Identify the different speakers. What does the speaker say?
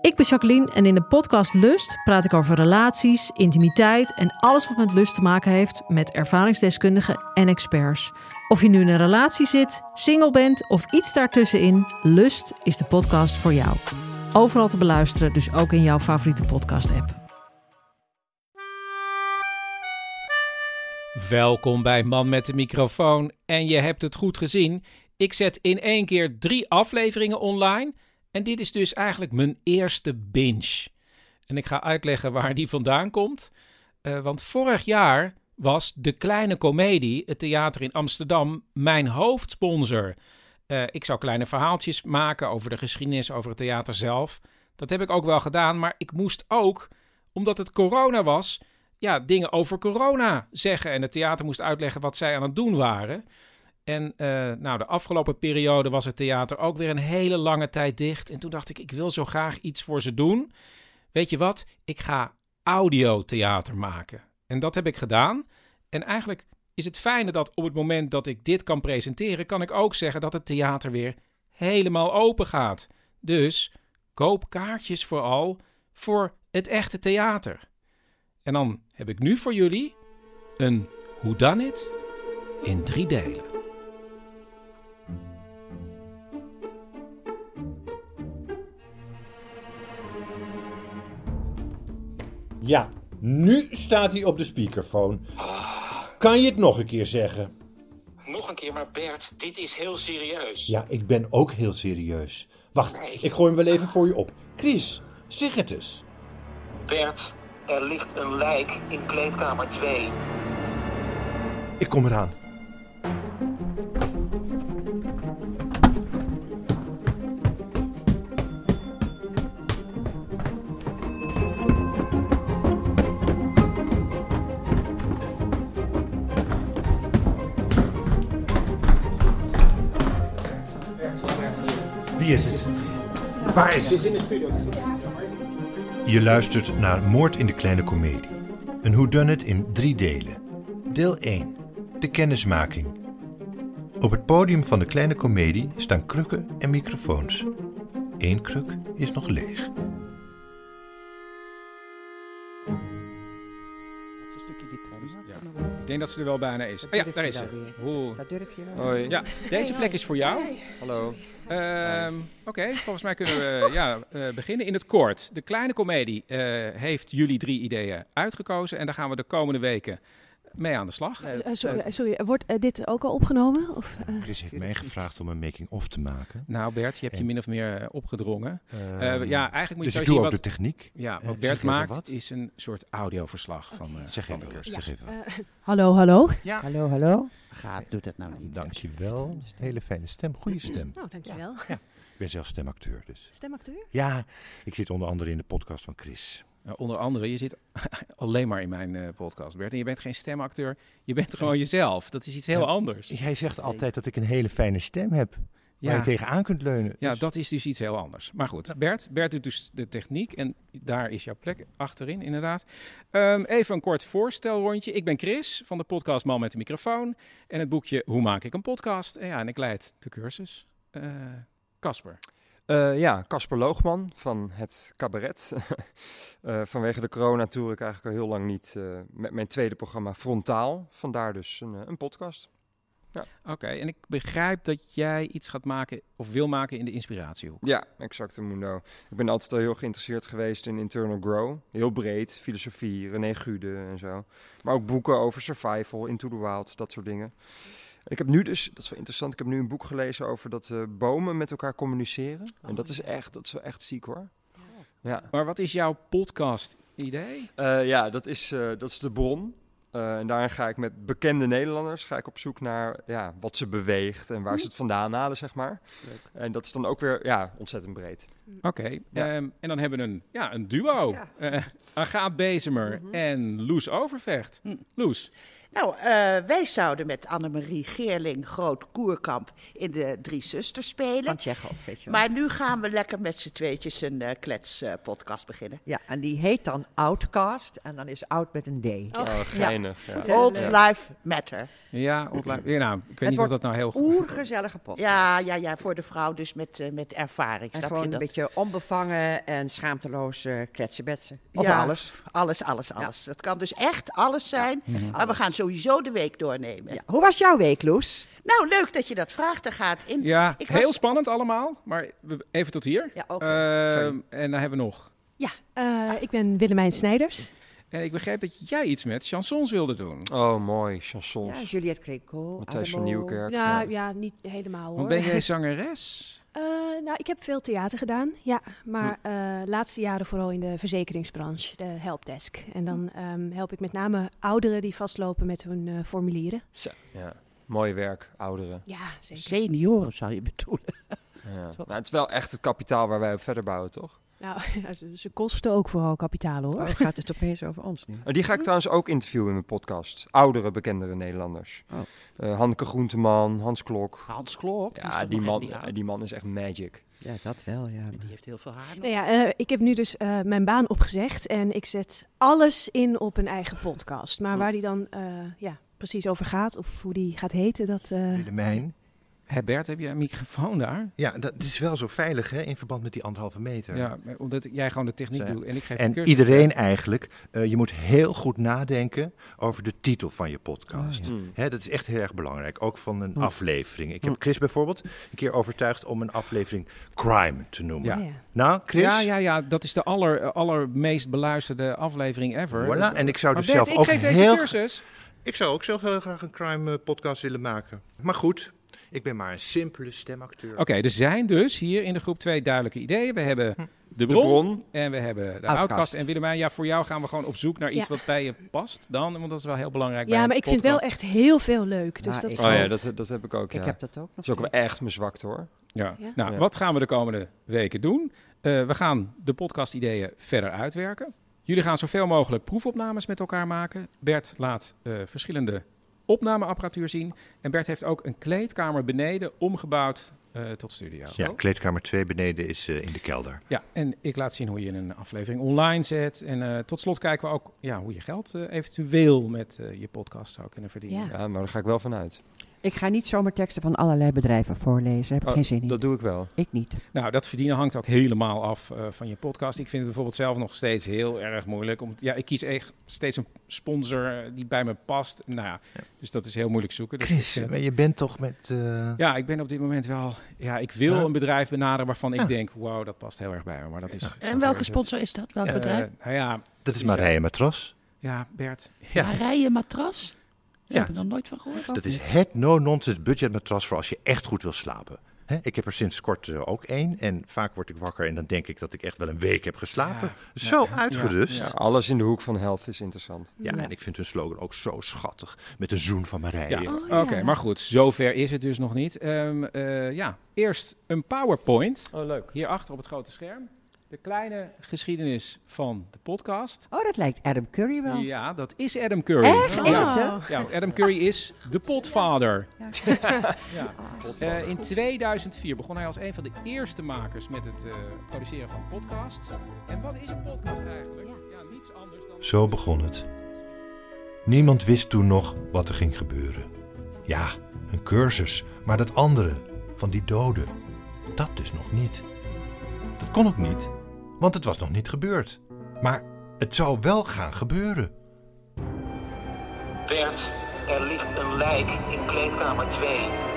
Speaker 1: Ik ben Jacqueline en in de podcast Lust praat ik over relaties, intimiteit en alles wat met lust te maken heeft met ervaringsdeskundigen en experts. Of je nu in een relatie zit, single bent of iets daartussenin, Lust is de podcast voor jou. Overal te beluisteren, dus ook in jouw favoriete podcast-app.
Speaker 2: Welkom bij Man met de microfoon. En je hebt het goed gezien. Ik zet in één keer drie afleveringen online. En dit is dus eigenlijk mijn eerste binge. En ik ga uitleggen waar die vandaan komt. Eh, want vorig jaar was De Kleine Comedie, het theater in Amsterdam, mijn hoofdsponsor. Eh, ik zou kleine verhaaltjes maken over de geschiedenis, over het theater zelf. Dat heb ik ook wel gedaan, maar ik moest ook, omdat het corona was, ja, dingen over corona zeggen. En het theater moest uitleggen wat zij aan het doen waren. En eh, nou, de afgelopen periode was het theater ook weer een hele lange tijd dicht. En toen dacht ik, ik wil zo graag iets voor ze doen. Weet je wat? Ik ga audiotheater maken. En dat heb ik gedaan. En eigenlijk is het fijne dat op het moment dat ik dit kan presenteren, kan ik ook zeggen dat het theater weer helemaal open gaat. Dus koop kaartjes vooral voor het echte theater. En dan heb ik nu voor jullie een Hoe dan het in drie delen.
Speaker 3: Ja, nu staat hij op de speakerfoon. Kan je het nog een keer zeggen?
Speaker 4: Nog een keer, maar Bert, dit is heel serieus.
Speaker 3: Ja, ik ben ook heel serieus. Wacht, ik gooi hem wel even voor je op. Chris, zeg het eens.
Speaker 4: Bert, er ligt een lijk in kleedkamer 2.
Speaker 3: Ik kom eraan. Wie is het? Waar is het? Je luistert naar Moord in de Kleine Comedie. Een whodunit in drie delen. Deel 1. De kennismaking. Op het podium van de Kleine Comedie staan krukken en microfoons. Eén kruk is nog leeg.
Speaker 5: Een stukje die tram.
Speaker 2: Ik denk dat ze er wel bijna is. Ah, ja, daar is ze. Oeh.
Speaker 5: Dat durf je wel.
Speaker 6: Hoi.
Speaker 2: Ja, deze plek is voor jou.
Speaker 6: Hallo.
Speaker 2: Ehm, Oké, volgens mij kunnen we ja, eh, beginnen. In het kort, de kleine komedie eh, heeft jullie drie ideeën uitgekozen. En daar gaan we de komende weken mee aan de slag.
Speaker 7: Eh, sorry, eh, sorry, wordt eh, dit ook al opgenomen? Of, eh,
Speaker 3: Chris heeft mij gevraagd om een making-of te maken.
Speaker 2: Nou Bert, je hebt je min of meer eh, opgedrongen. Eh,
Speaker 3: Ehm,
Speaker 2: ja, eigenlijk moet je
Speaker 3: dus
Speaker 2: zo
Speaker 3: ik doe
Speaker 2: zien
Speaker 3: ook
Speaker 2: wat,
Speaker 3: de techniek.
Speaker 2: ja, wat
Speaker 3: eh, zeg
Speaker 2: Bert
Speaker 3: even
Speaker 2: maakt,
Speaker 3: wat.
Speaker 2: is een soort audioverslag van, eh,
Speaker 3: Zeg
Speaker 2: van de
Speaker 3: even wat.
Speaker 2: cursus.
Speaker 3: Zeg even wat.
Speaker 7: hallo, hallo.
Speaker 5: Hallo, hallo. Gaat, doe dat nou niet.
Speaker 3: Dankjewel. Hele fijne stem. Goede stem.
Speaker 7: Nou, dankjewel.
Speaker 3: Ik ben zelf stemacteur dus.
Speaker 7: Stemacteur?
Speaker 3: Ja, ik zit onder andere in de podcast van Chris.
Speaker 2: Eh, onder andere, je zit alleen maar in mijn eh, podcast Bert. En je bent geen stemacteur, je bent gewoon jezelf. Dat is iets heel
Speaker 3: Ja.
Speaker 2: anders.
Speaker 3: Jij zegt altijd dat ik een hele fijne stem heb. Waar je
Speaker 2: Ja.
Speaker 3: tegenaan kunt leunen.
Speaker 2: Ja,
Speaker 3: Dus-
Speaker 2: dat is dus iets heel anders. Maar goed, Bert, Bert doet dus de techniek en daar is jouw plek achterin, inderdaad. Ehm, even een kort voorstelrondje. Ik ben Chris van de podcast Man met de microfoon en het boekje Hoe maak ik een podcast? En ja, en ik leid de cursus. Eh, Casper.
Speaker 6: Eh, ja, Casper Loogman van het cabaret. Eh, vanwege de coronatour ik eigenlijk al heel lang niet eh, met mijn tweede programma Frontaal. Vandaar dus een, eh, een podcast.
Speaker 2: Oké, en ik begrijp dat jij iets gaat maken of wil maken in de inspiratiehoek.
Speaker 6: Ja, exact Mundo. Ik ben altijd al heel geïnteresseerd geweest in internal grow. Heel breed, filosofie, René Gude en zo. Maar ook boeken over survival, Into the Wild, dat soort dingen. En ik heb nu dus, dat is wel interessant, ik heb nu een boek gelezen over dat eh, bomen met elkaar communiceren. en dat is echt, dat is wel echt ziek hoor. Oh. Ja.
Speaker 2: Maar wat is jouw podcast-idee?
Speaker 6: Eh, ja, dat is, eh, dat is de bron. Eh, en daarin ga ik met bekende Nederlanders ga ik op zoek naar ja, wat ze beweegt en waar ze het vandaan halen, zeg maar. En dat is dan ook weer ja, ontzettend breed.
Speaker 2: Oké,
Speaker 6: Ja.
Speaker 2: ehm, en dan hebben we een, ja, een duo. Eh Agaat Bezemer en Loes Overvecht. Loes.
Speaker 8: Nou, eh, wij zouden met Annemarie Geerling Groot Koerkamp in de Drie Zusters spelen.
Speaker 5: Van Tsjechov, weet je wel.
Speaker 8: Maar nu gaan we lekker met z'n tweetjes een eh, klets kletspodcast beginnen.
Speaker 5: Ja, en die heet dan Outcast. En dan is Out met een D.
Speaker 6: Oh, geinig. Ja.
Speaker 8: Old Life Matter.
Speaker 2: Ja, ontla- ja, nou, ik weet niet of dat
Speaker 5: wordt
Speaker 2: nou heel goed
Speaker 5: Oergezellige podcast.
Speaker 8: Oh. Ja, ja, ja, voor de vrouw dus met, eh, met ervaring.
Speaker 5: En
Speaker 8: snap
Speaker 5: gewoon
Speaker 8: je
Speaker 5: een
Speaker 8: dat?
Speaker 5: beetje onbevangen en schaamteloos eh kletsenbetsen. Of
Speaker 8: Ja.
Speaker 5: alles.
Speaker 8: Alles, alles, alles. Dat kan dus echt alles zijn. Maar we gaan sowieso de week doornemen.
Speaker 5: Mhm. Ja. Hoe was jouw week, Loes?
Speaker 8: Nou, leuk dat je dat vraagt. Daar gaat in.
Speaker 2: Ja,
Speaker 8: Ik was-
Speaker 2: heel spannend allemaal, maar we- even tot hier.
Speaker 5: Ja, oké,
Speaker 2: Ehm,
Speaker 5: sorry.
Speaker 2: en dan hebben we nog.
Speaker 7: Ja, eh, ik ben Willemijn Snijders.
Speaker 2: En ik begreep dat jij iets met chansons wilde doen.
Speaker 6: Oh, mooi.
Speaker 5: Ja,
Speaker 6: Chansons.
Speaker 5: Juliette Krekel.
Speaker 6: Matthijs van
Speaker 5: Ademo.
Speaker 6: Nieuwkerk.
Speaker 7: nou,
Speaker 6: ja.
Speaker 7: ja, niet helemaal hoor.
Speaker 2: Want ben jij zangeres?
Speaker 7: Eh, nou, ik heb veel theater gedaan, ja. Maar eh laatste jaren vooral in de verzekeringsbranche, de helpdesk. En dan ehm, help ik met name ouderen die vastlopen met hun eh, formulieren.
Speaker 6: Ja. Mooi werk, ouderen.
Speaker 7: Ja, zeker.
Speaker 8: Senioren zou je bedoelen.
Speaker 6: Ja. Nou, het is wel echt het kapitaal waar wij op verder bouwen, toch?
Speaker 7: nou, ja, ze, ze kosten ook vooral kapitaal hoor.
Speaker 5: Oh, gaat het opeens over ons nu?
Speaker 6: En die ga ik trouwens ook interviewen in mijn podcast. Oudere, bekendere Nederlanders.
Speaker 5: Oh.
Speaker 6: Eh, Hanneke Groenteman, Hans Klok.
Speaker 8: Hans Klok. is
Speaker 6: Ja,
Speaker 8: toch
Speaker 6: die
Speaker 8: nog
Speaker 6: man, eh,
Speaker 8: niet oud?
Speaker 6: die man is echt magic.
Speaker 5: Ja, dat wel, ja.
Speaker 8: Die heeft heel veel haar nog.
Speaker 7: Nou ja, eh, ik heb nu dus eh, mijn baan opgezegd en ik zet alles in op een eigen podcast. Maar waar die dan eh, ja, precies over gaat of hoe die gaat heten, dat... eh,
Speaker 3: Willemijn.
Speaker 2: Hé Bert, heb je een microfoon daar?
Speaker 3: Ja, dat is wel zo veilig hè, in verband met die anderhalve meter.
Speaker 2: Ja, omdat ik- jij gewoon de techniek
Speaker 3: Zeg.
Speaker 2: doet en ik geef de
Speaker 3: En
Speaker 2: cursus.
Speaker 3: iedereen eigenlijk, eh, je moet heel goed nadenken over de titel van je
Speaker 2: Oh,
Speaker 3: podcast.
Speaker 6: Mm.
Speaker 3: Hè, dat is echt heel erg belangrijk, ook van een aflevering. Ik heb Chris bijvoorbeeld een keer overtuigd om een aflevering crime te noemen.
Speaker 2: Ja.
Speaker 7: nou ja.
Speaker 3: Nou, Chris,
Speaker 2: Ja, ja, ja, dat is de aller, allermeest beluisterde aflevering ever.
Speaker 3: voilà. En ik zou
Speaker 2: Maar
Speaker 3: dus
Speaker 2: Bert,
Speaker 3: zelf
Speaker 2: ik
Speaker 3: ook
Speaker 2: geef deze
Speaker 3: heel...
Speaker 2: cursus.
Speaker 3: Ik zou ook zelf heel graag een crime eh, podcast willen maken. Maar goed, ik ben maar een simpele stemacteur.
Speaker 2: Oké, er zijn dus hier in de groep twee duidelijke ideeën. We hebben de
Speaker 6: De
Speaker 2: bron,
Speaker 6: bron. Oh
Speaker 2: en we hebben de
Speaker 5: Outcast.
Speaker 2: outcast. En Willemijn, ja, voor jou gaan we gewoon op zoek naar iets
Speaker 7: Ja.
Speaker 2: wat bij je past dan. Want dat is wel heel belangrijk bij
Speaker 7: ja,
Speaker 2: een
Speaker 7: maar ik vind wel
Speaker 2: podcast.
Speaker 7: echt heel veel leuk. Dus
Speaker 5: Ja,
Speaker 7: dat is
Speaker 5: ik
Speaker 6: Oh
Speaker 7: wel-
Speaker 6: ja, dat, dat heb ik ook. Ja.
Speaker 5: Ik heb dat ook nog.
Speaker 6: Dat is ook
Speaker 5: niet.
Speaker 6: wel echt mijn zwakte hoor.
Speaker 2: Ja.
Speaker 7: Ja.
Speaker 2: Nou,
Speaker 6: Ja.
Speaker 2: wat gaan we de komende weken doen? Eh, we gaan de podcastideeën verder uitwerken. Jullie gaan zoveel mogelijk proefopnames met elkaar maken. Bert laat eh, verschillende opnameapparatuur zien. En Bert heeft ook een kleedkamer beneden omgebouwd eh, tot studio.
Speaker 3: Ja, kleedkamer 2 beneden is eh, in de kelder.
Speaker 2: Ja, en ik laat zien hoe je een aflevering online zet. En eh, tot slot kijken we ook ja, hoe je geld eh, eventueel met eh, je podcast zou kunnen verdienen.
Speaker 7: Ja.
Speaker 6: Ja, maar daar ga ik wel vanuit.
Speaker 5: Ik ga niet zomaar teksten van allerlei bedrijven voorlezen. Daar heb ik
Speaker 6: Oh,
Speaker 5: geen zin in.
Speaker 6: Dat doe ik wel.
Speaker 5: Ik niet.
Speaker 2: Nou, dat verdienen hangt ook helemaal af eh, van je podcast. Ik vind het bijvoorbeeld zelf nog steeds heel erg moeilijk. Om, ja, ik kies echt steeds een sponsor eh, die bij me past. Nou ja, dus dat is heel moeilijk zoeken. Dus ik
Speaker 3: Chris,
Speaker 2: vind het-
Speaker 3: maar je bent toch met... eh,
Speaker 2: ja, ik ben op dit moment wel... Ja, ik wil
Speaker 3: Ja.
Speaker 2: een bedrijf benaderen waarvan ik
Speaker 3: Ja.
Speaker 2: denk... Wauw, dat past heel erg bij me. Maar dat is...
Speaker 8: En welke sponsor is dat? Welk
Speaker 2: Eh,
Speaker 8: bedrijf?
Speaker 2: nou ja,
Speaker 3: Dat is
Speaker 2: Die zijn-
Speaker 3: Marije Matras.
Speaker 2: ja, Bert.
Speaker 3: ja.
Speaker 8: Marije Matras?
Speaker 3: Ja.
Speaker 8: Ja. Heb ik nog nooit van gehoord.
Speaker 3: Dat is het no-nonsense budgetmatras voor als je echt goed wil slapen. Hè, ik heb er sinds kort eh, ook één. En vaak word ik wakker en dan denk ik dat ik echt wel een week heb geslapen.
Speaker 2: Ja.
Speaker 3: zo
Speaker 2: Ja.
Speaker 3: uitgerust.
Speaker 6: Ja,
Speaker 3: Ja.
Speaker 6: alles in de hoek van health is interessant.
Speaker 3: en ik vind hun slogan ook zo schattig. Met een zoen van Marije.
Speaker 2: Ja,
Speaker 7: Oh,
Speaker 2: oké.
Speaker 7: ja.
Speaker 2: Maar goed, zover is het dus nog niet. Ehm, eh, ja, eerst een PowerPoint.
Speaker 6: Oh, leuk.
Speaker 2: Hierachter op het grote scherm. De kleine geschiedenis van de podcast.
Speaker 5: Oh, dat lijkt Adam Curry wel.
Speaker 2: Ja, dat is Adam Curry.
Speaker 5: Echt?
Speaker 2: Ja.
Speaker 7: Oh.
Speaker 5: Echt, hè?
Speaker 2: Ja, want Adam Curry is de potvader.
Speaker 5: Ja.
Speaker 2: Ja. Eh, in 2004 begon hij als een van de eerste makers met het eh, produceren van podcasts. En wat is een podcast eigenlijk? Ja, niets anders dan...
Speaker 3: Zo begon het. Niemand wist toen nog wat er ging gebeuren. Ja, een cursus, maar dat andere, van die doden, dat dus nog niet. Dat kon ook niet, want het was nog niet gebeurd. Maar het zou wel gaan gebeuren.
Speaker 4: Bert, er ligt een lijk in kleedkamer 2.